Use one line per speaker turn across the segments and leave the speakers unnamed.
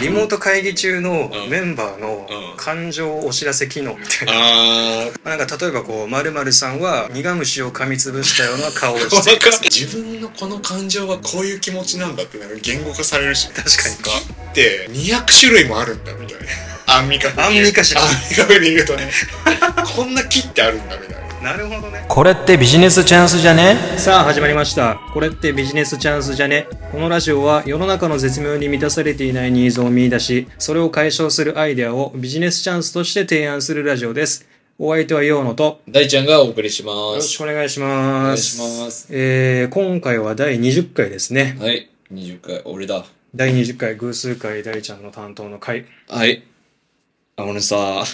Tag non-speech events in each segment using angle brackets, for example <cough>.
リモート会議中の
うん
メンバーの
うん
感情お知らせ機能みたいな。
あー
なん <laughs> か例えばこう、まるさんは苦虫を噛みつぶしたような顔を
わ
し
か
てい
る
る。
<laughs> 自分のこの感情はこういう気持ちなんだってなんか言語化されるし
確かに
にって200種類もあるんだみたいな <laughs> アンミカ風に言う
アンミカ知らん
アンミカ風に言うとね <laughs> こんな木ってあるんだみたいな
<laughs> なるほどね。
これってビジネスチャンスじゃね
さあ始まりました。これってビジネスチャンスじゃねこのラジオは世の中の絶妙に満たされていないニーズを見出し、それを解消するアイデアをビジネスチャンスとして提案するラジオです。お相手はヨーノと、
大ちゃんがお送りしま
よろし
す。
くお願いします。
お願いします
えー、今回は第20回ですね。
はい。20回、俺だ。
第20回偶数回大ちゃんの担当の
<laughs>
回。
はい。あ、俺さ、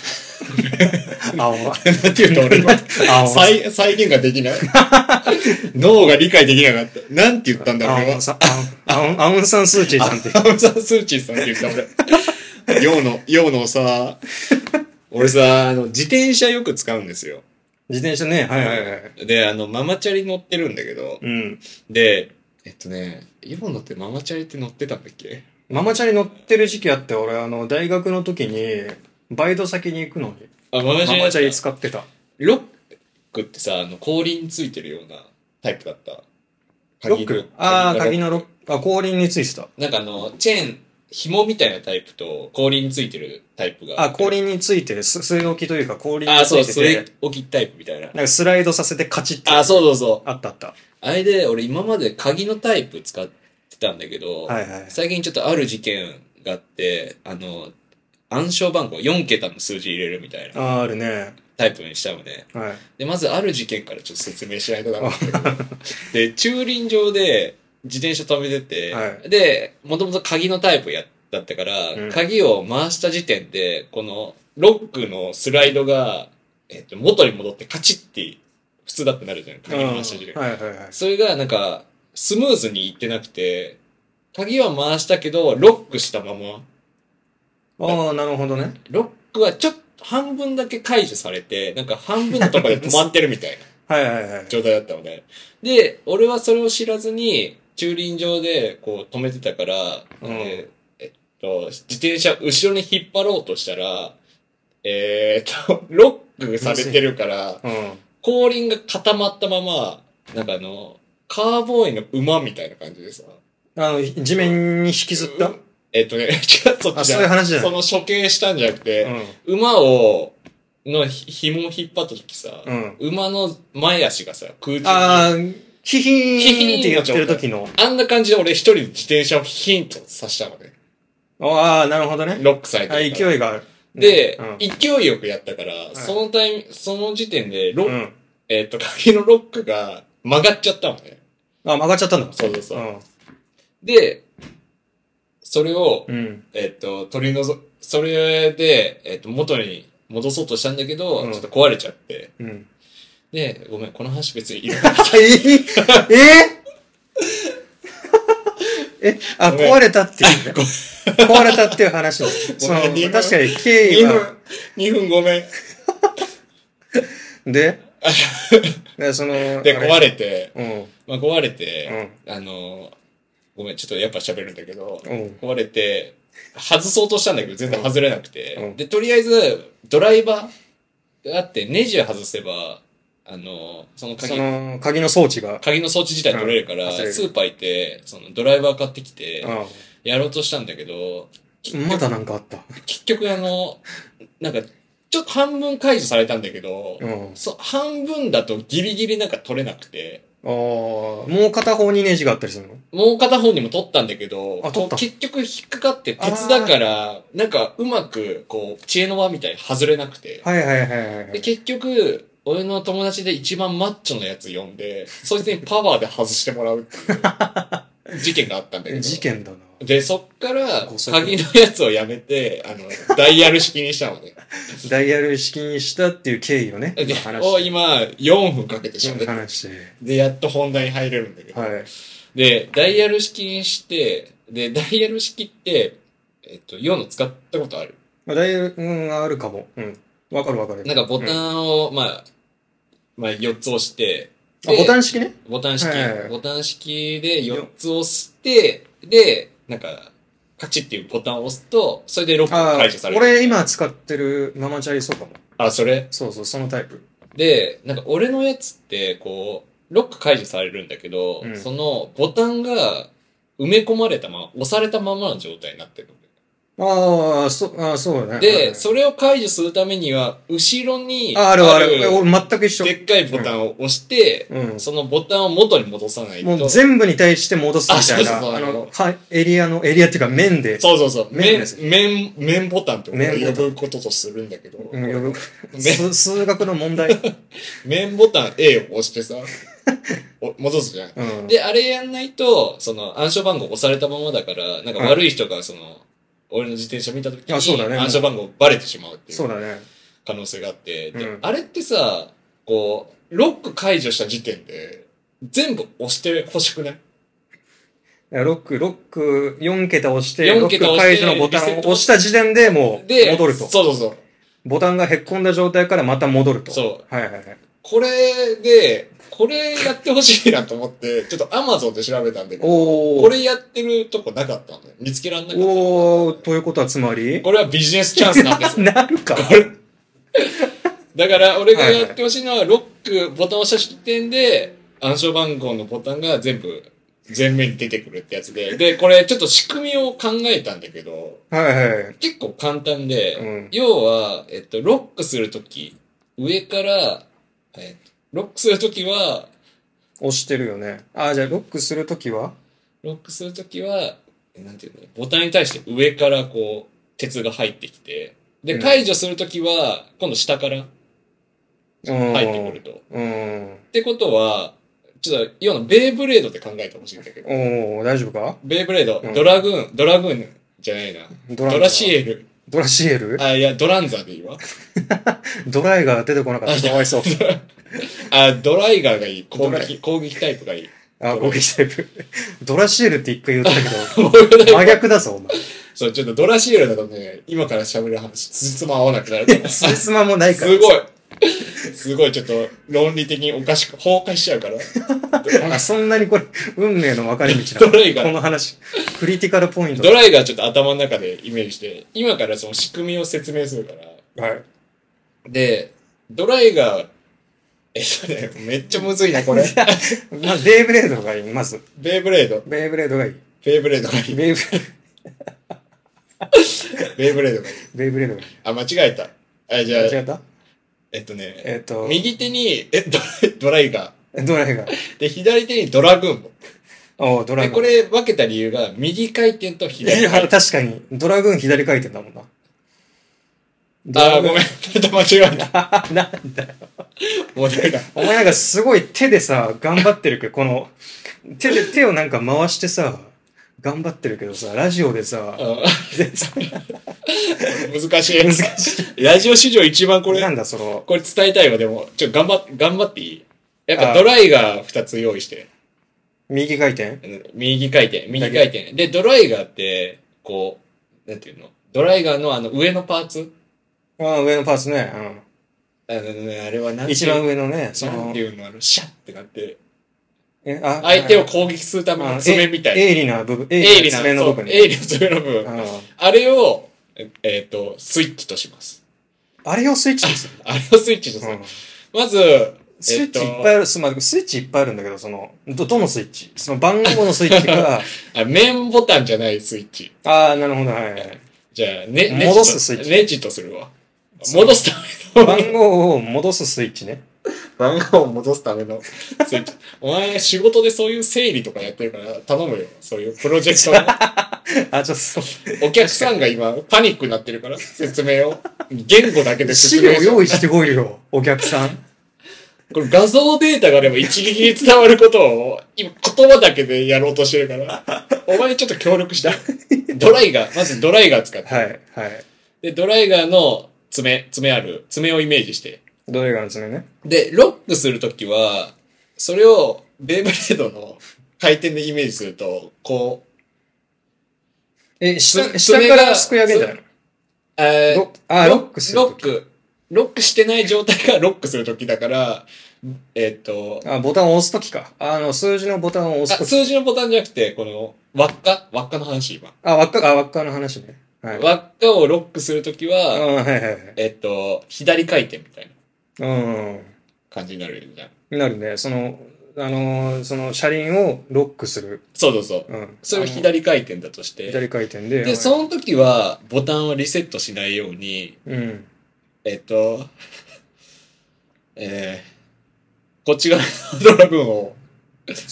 青
<laughs> なんていうの俺は
青
再再現がで <laughs> きない脳が理解できなかったなんて言ったんだ
ア
俺
ウ
は
ンサン、アウン、アウンサンスーチーさんって。
アウンサンスーチーさんって言った
<laughs>
俺。ヨウの、ヨウのさ、俺さ、あの、自転車よく使うんですよ。
自転車ね、はいはいはい。
で、あの、ママチャリ乗ってるんだけど、
うん。
で、えっとね、ヨウのってママチャリって乗ってたんだっけ
ママチャリ乗ってる時期あって、俺、あの、大学の時に、バイト先に行くのに、
あ、ママ
ママチャリ
使
使ってた。
ロックってさ、あの、後輪ついてるようなタイプだった。
ロックああ、鍵のロック。あ、後輪についてた。
なんかあの、チェーン、紐みたいなタイプと、後輪ついてるタイプが
あ、後輪についてる、す据え置きというか、後輪に
あ、
つ
そう、
いて
そ
て
れ、置きタイプみたい
な
な。
んかスライドさせてカチッて。
あ、そうそうそう。
あったあった。
あれで、俺今まで鍵のタイプ使ってたんだけど、
はいはい。
最近ちょっとある事件があって、あの、暗証番号4桁の数字入れるみたいな
あーあるね。
タイプにしたのね。
はい。
で、まずある事件からちょっと説明しないとダメなんだけど。 <laughs> で、駐輪場で自転車止めてて、
は
で、もともと鍵のタイプやだったから、
うん
鍵を回した時点で、このロックのスライドが、えっと、元に戻ってカチッて普通だってなるじゃん。鍵回した時点。
はいはいはい。
それがなんか、スムーズにいってなくて、鍵は回したけど、ロックしたまま、
ああ、なるほどね。
ロックはちょっと半分だけ解除されて、なんか半分のとこで止まってる
<laughs>
みたいな
はいはいはい。
状態だったのね。で、俺はそれを知らずに、駐輪場でこう止めてたから、
うん
えーえっと、自転車後ろに引っ張ろうとしたら、えーっと、 <laughs> ロックされてるから、
うん。
後輪が固まったまま、なんかあの、カーボーイの馬みたいな感じでさ。
あの、地面に引きずった、うん、
えっとね、 <laughs> 違う、そっちじゃな
あそういう話じゃない
その処刑したんじゃなくて、馬を、のひ紐を引っ張った時さ、
うん
馬の前足がさ、空中
ああ、ヒヒーンってやってる時の。
に。あんな感じで俺一人で自転車をヒンとさしたのね。
ああ、なるほどね。
ロックされ
あ
てるから。
勢いがある。
で、
うん
勢いよくやったから、
い
そのタイミその時点でロ、
うん。
えっと、鍵のロックが曲がっちゃったのね。
あ、曲がっちゃったんだ。
そうそうそう。
ん。
で、それを、
うん。
えっと、取り除、それで、えっと、元に戻そうとしたんだけど、
うん
ちょっと壊れちゃって。
うん。
で、ごめん、この話別に
<laughs>
いいよ。
えええ、あ、
ごめん
壊れたっていうね。壊れたっていう話の。その、
ごめんリン
確
ゴ
かに経緯
2
は。
分、2分
<laughs>
ごめん。
で、でその、
で、壊
れ。
れて、
うん。
まあ、壊れて、あの、ごめん、ちょっとやっぱ喋るんだけど、
うん
壊れて、外そうとしたんだけど、全然外れなくて、
うん
で、とりあえず、ドライバーがあって、ネジを外せば、あの、その
そ
鍵、
の、鍵の装置が。
鍵の装置自体取れるから、
うん外れる
スーパー行って、そのドライバー買ってきて、
う
やろうとしたんだけど、
ん。まだなんかあった。
結局あの、なんか、ちょっと半分解除されたんだけど、
うん。
そう、半分だとギリギリなんか取れなくて、
ああ、もう片方にネジがあったりするの
もう片方にも取ったんだけど、
あ取った
こう結局引っかかって鉄だから、なんかうまく、こう、知恵の輪みたいに外れなくて、
はいはいはいは
で、
い。
結局、俺の友達で一番マッチョのやつ呼んで、そいつにパワーで外してもらうって
<laughs>
いう事件があったんだけど。
事件だな。
で、そっから、
ごそく
鍵のやつをやめて、あの、ダイヤル式にしたのね。
ダイヤル式にしたっていう経緯をね、
で
今話
を
して。
今、4分かけて
今
喋って。
話して。
で、やっと本題に入れるんだけど。
はい。
で、ダイヤル式にして、で、ダイヤル式って、えっと、4の使ったことある
まあ、ダイヤル、うん、あるかも。うん。わかるわかる。
なんか
う
ボ
んあ、
タンを、まあ、まあ、4つ押して、
ボタ
ン
ン式ね。
ボタン式、
はいはいはい
ボタン式で4つ押して、で、なんか、カチッっていうボタンを押すと、それでロック
あ
が解除さ
あ、
れる。
俺今使ってるママチャリそうかも。
あ、それ
そうそう、そのタイプ。
で、なんか俺のやつって、こう、ロック解除されるんだけど、
うん
そのボタンが埋め込まれたまま、押されたままの状態になってるのね。
ああ、そ、ああ、そうだね。
で、
れ
それを解除するためには、後ろに
あ、あるある。俺全く一緒。
でっかいボタンを押して、
うん。
そのボタンを元に戻さないと。
もう全部に対して戻すみたいな。
あそうそうそう
あの、はい、エリアの、エリアっていうか面で、
そうそうそう。
面
面
です、
面、面ボタンって俺
面ボ
呼
タン
ぶこととするんだけど、
うん、よく
面、
数数学の問
<laughs>
題。
面ボタン A を押してさ、 <laughs> お戻すじゃん。
うん。
で、あれやんないと、その、暗証番号押されたままだから、なんか悪い人が、その、俺の自転車見た時
あそうだね
に、暗証番号バレてしまうってい
そう
う
だね。
可能性があって、で
うん
あれってさ、こう、ロック解除した時点で、全部押してほしくない
ロック、ロック、4桁押して、ロ
4
ッ
桁
ク
押
解
して
除のボタン
リセ
を
ット
押した時点でもう
で、
戻ると。
そうそうそう。
ボタンがへっこんだ状態からまた戻ると。。
そう
はいはいはい。
これで、これやってほしいなと思って、ちょっとアマゾンで調べたんだけど、
おー。
これやってるとこなかったんだよ。見つけらんなかった。
おー、ということはつまり
これはビジネスチャンスな
<laughs>
んですよ。
なるか。
だから、俺がやってほしいのは、ロック、ボタンを押した時点で、暗証番号のボタンが全部、全面に出てくるってやつで。で、これちょっと仕組みを考えたんだけど、
はいはい。
結構簡単で、
うん
要は、えっと、ロックするとき、上から、えっと、ロックするときは、
押してるよね。あ、じゃあロックするときは
ロックするときは、えなんていうのボタンに対して上からこう、鉄が入ってきて、
う
で、
ん
解除するときは、今度下から
うん。
入ってくると。っ
うん。
てことは、ちょっと、要はベイブレードって考えてほしいんだけど、
おー、大丈夫か
ベイブレード
うん、
ドラグーン、ドラグーンじゃないな。
ド
ドラシエル。
ドラシエル
あ、いや、ドランザでいいわ。
ドライが出てこなかった。かわいそう。
あ、ドライガーがいい。
ド
攻
ラ
撃、攻撃タイプがいい。 <laughs>
あ、
ドラ
攻撃タイプ。ドラシエルって一回言ったけ
攻撃タイプ <laughs>
ど、真逆だぞ、お前。
そう、ちょっとドラシエルだとね、今から喋る話、つじつま合わなくなるから。
ススマもないから。
すごい。すごい、ちょっと論理的におかしく、崩壊しちゃうから。
あ、そんなにこれ、運命の分かれ道
ド
な
ライガ
の。この
ー。
話。クリティカルポイント
ド。ライガーちょっと頭の中でイメージして、今からその仕組みを説明するから。
はい。
で、ドライガー、えっとね、めっちゃむずいな、これ。
<laughs> まず、ベイブレードがいい、まず。
ベイブレード。
ベイブレードがいい。
ベイブレードがいい。
ベイブ、
ベイブレードがいい。
ベイブレードがいい。
あ、間違えた。あ、じゃあ、
間違った
えっとね、
えっと
右手に、え、ドライドライガ
ドライが。
ー。で、左手にドラグーンも。
おうドラ
で、
グーン。
これ分けた理由が、右回転と
い
左回
や、
転。
確かに、ドラグーン左回転だもんな。
あー、ごめん。間違え
<laughs>
た。
ん。なんだよ。
もうなんか
お前なんかすごい手でさ、頑張ってるけど、この、手で、手をなんか回してさ、頑張ってるけどさ、ラジオでさ、
う
全然
ん難し
難
い。
しい。
ラジオ史上一番こ
な
れ、
んだ、その、
これ伝えたいわ、でも。ちょ、頑張っ、頑張っていいやっ
あ
ぱドライが2つ用意して。
右回転
うん右回転、右回転。で、ドライガーって、こう、なんていうのドライガーのあの上のパーツ
ああ、上のパーツね。
あのね、あれは
う
何
ん。一番上のね、そ
なん
の
て、いうのあの、シャッってなって、
えあ
相手を攻撃するための爪みたいな。
な。鋭利な部分、
鋭
鋭
利
利な
な、
爪の部分
そう鋭
ね。
利な爪の部
う
分。
ん
あれを、ええっと、スイッチとします。
あれをスイッチにする。
あれをスイッチとす
う
る
ん。
まず、
スイッチ
え
いっぱいある、すまあスイッチいっぱいあるんだけど、その、ど、どのスイッチその番号のスイッチ
<laughs>
が、
あ、面ボタンじゃないスイッチ。
ああ、なるほど、はいはい。
じゃあ、ね、ネジと
戻すスイッチ
ネジとするわ。戻すための。
番号を戻すスイッチね。
番号を戻すためのスイッチ。お前、仕事でそういう整理とかやってるから、頼むよ。そういうプロジェクト
<laughs>
の。
あ、ちょっとそう、
お客さんが今、パニックになってるから、説明を。言語だけで
資
説
料
明しよう
用意してこいよ、 <laughs> お客さん。
これ画像データがあれば一撃に伝わることを、今、言葉だけでやろうとしてるから。お前ちょっと協
<laughs>
力した。ドライガー、まずドライガー使って。
はい、はい。
で、ドライガーの爪、爪ある、爪をイメージして。
どれがあるんですね。
で、ロックするときは、それをベイブレードの回転でイメージすると、こう、
え、下、
つ
下
爪
か
が
らすくい上げんじゃないの
えー
ロあ、ロックする
ロ
と
ック。ロックしてない状態がロックするときだから、えっと、
あ、ボタンを押すときか。あの、数字のボタンを押
あ
すとき。
数字のボタンじゃなくて、この、輪っか輪っかの話、今。
あ、輪っか、あ、輪っかの話ね。はい。
輪っかをロックするとき
あ
は、
はいはいはい。
えっと、左回転みたいな
うん。
感じになるじゃん。
なるね。その、あのーその車輪をロックする。
そうそうそう。
うん。
それを左回転だとし
あ
て
の。左回転で。
で、そ
そ
の時は、ボタンをリセットしないように、
うん。
えっと、えー、こっち側のドラゴンを、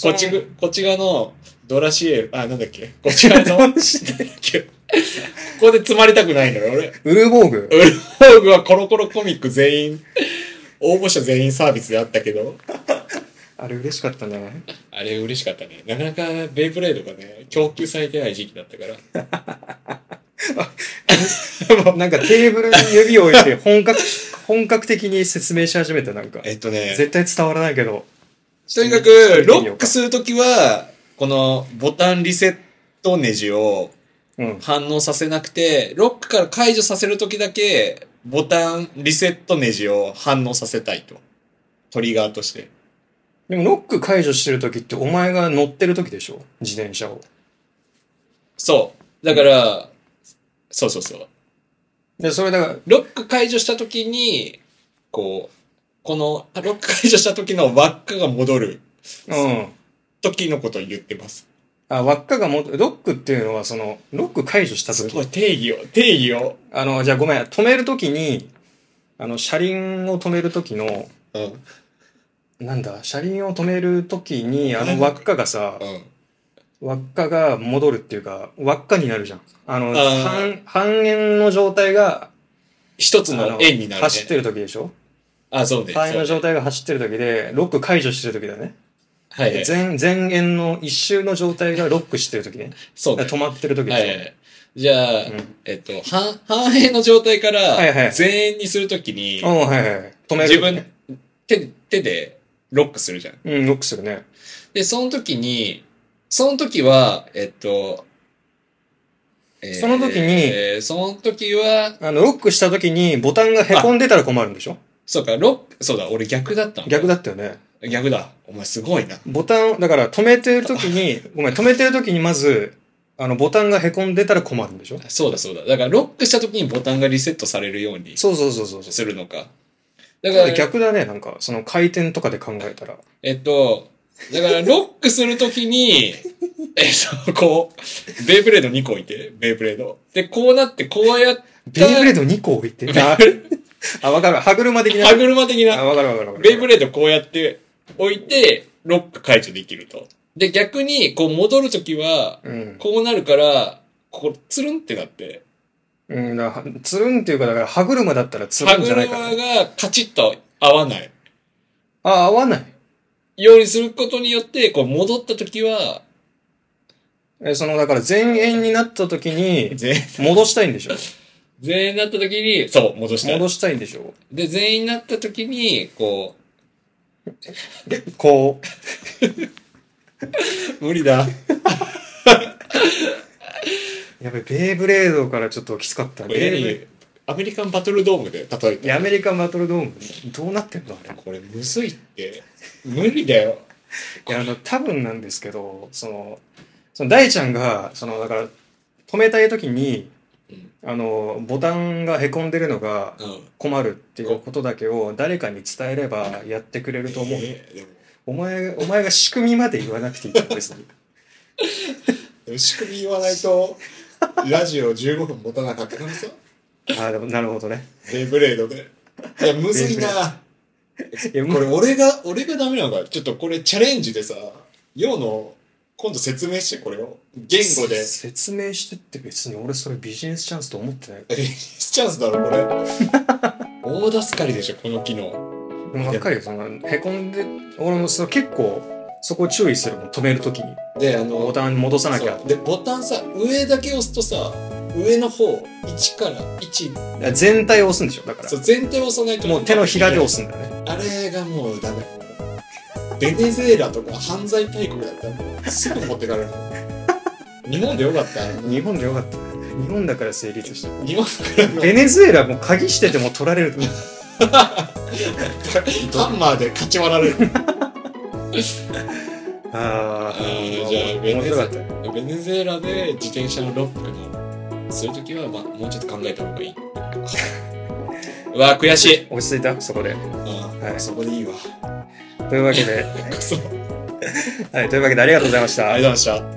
こっちぐ、こっち側のドラシエ、あ、なんだっけ、こっち側の、 <laughs> なんだっけここで積まれたくないのよ、俺。
<laughs> ウルボーグ。
ウルフォーグはコロコロコミック全員、応募者全員サービスであったけど、
あれ嬉しかったね。
あれ嬉しかったね。なかなかベイブレードがね、供給されてない時期だったから。
なんかテーブルに指を置いて本格、本格的に説明し始めたなんか。
えっとね、
絶対伝わらないけど。
とにかく、ロックするときは、このボタンリセットネジを
うん。
反応させなくて、ロックから解除させるときだけ、ボタンリセットネジを反応させたいと。トリガーとして。
でもロック解除してる時ってお前が乗ってる時でしょ自転車を。
そう。だから、そうそうそう。
で、それだから、
ロック解除したときに、こう、この、ロック解除したときの輪っかが戻る
うん。
ときのことを言ってます。
あ、輪っかがも、ロックっていうのはその、ロック解除した
す
時
ごい定義を、定義を。
あの、じゃあごめん、止めるときに、あの、車輪を止めるときの、
うん、うん、
なんだ、車輪を止めるときに、あの輪っかがさ、輪っかが戻るっていうか、輪っかになるじゃん。あの、
あー
半、半円の状態が、
一つ
あ
の
の
円になる、ね。
走ってるときでしょ
あ、そうね。
半円の
そう
状
ね
態が走ってるときで、ロック解除してるときだよね。
はいはい。
全、全円の一周の状態がロックしてるときね。
そうね。
止まってるときで
は
し
い
ょ、
はい。じゃあ、
うん
えっと、半、半円の状態か
はいは
ら、
い
全円にするときに、
うん、はいはい。止める、
自分。、手、手でロックするじゃん。
うん、ロックするね。
で、その時に、その時は、えっと、えー
その時に
えーその時は、
あの、ロックしたときにボタンが凹んでたら困るんでしょ
そうか、ロック、そうだ、俺逆だったの。
逆だったよね。
逆だ。お前すごいな。
ボタン、だから止めてるときに、ごめん、止めてるときにまず、あの、ボタンが凹んでたら困るんでしょ
そうだそうだ。だから、ロックした時にボタンがリセットされるように
そうそうそうそうそう。
するのか。だか、
だからら逆だね、なんか、その回転とかで考えたら。
えっと、だから、ロックするときに、 <laughs> えっと、こう、ベイブレード2個置いて、ベイブレード。で、こうなって、こうやって、
ベイブレード2個置いて。あ、あわかる。歯車的な。
歯車的
あ、
な、
わかるわかるわかる。
ベイブレードこうやって置いて、ロック解除できると。で、逆に、こう戻るときは、
うん。
こうなるから、ここ、つるんってなって、
うん、だからつるんっていうか、だから歯車だったらつ
歯
るんじ
車
ゃないから、ね。
がカチッと合わない。
あ、合わない。
ようにすることによって、こう戻ったときは、
え、その、だから前円になった時に、
全員、
戻したいんでしょ
全員になったときに、そう、戻したい。
戻したいんでしょ
で、全員になったときに、こう、
こ
無理だ。
う。やべ、ベイブレードからちょっときつかった。
これ
ベイブレー
何アメリカンバトルドームで例え
いやア
て。
メリカンバトルドーム、どうなってんのあれ。
これむずいって。無理だよ。
いや、あの、多分なんですけど、その、その大ちゃんが、その、だから、止めたい時に、
うん
あの、ボタンが凹んでるのが
うん。
困るっていうことだけを誰かに伝えればやってくれると思う。
えーでも
お前、お前が仕組みまで言わなくていいから別
<laughs>
に。
でも仕組み言わないと、ラジオ15分持たなかったからさ。
ああ、でも、なるほどね。
デイブレードで。いや、むずい
デイ
な。
いや、
こ
も
れ
う、
俺が、俺がダメなのか。ちょっとこれチャレンジでさ、ようの、今度説明してこれを。言
<laughs>
語で。
説明してって別に俺それビジネスチャンスと思ってない。
ビジネスチャンスだろ、これ。大助かりでしょ、この機能。
でも、わかるよ。その、凹んで、俺もその結構、そこ注意するもん、止める時に。
で、あの、
ボタン戻さなきゃ
そ。うでボタンさ上だけ押すとさ上の方1から1
だから全体を押すんでしょだから
そう全体を押さないと
もう手のひらで押すんだよね
あれがもうダメベネズエラとか犯罪大国だったらもうすぐ持ってかれる日本でよかった
日本でよかったね日本だから成立した
日本から
ベネズエラもう鍵してても取られると思う
ハンマーで勝ち割られる。
あ
あ
ー
ーじゃあ
面白かったね
ベネズエラで自転車のロックのするときは、ま、もうちょっと考えた方
<laughs>
がいい。うわ、悔しい。
落ち着いたそこで
あー
はい
そこでいいわ。
というわけで
くそありがとう
はいというわけでありがとうございました
ございました。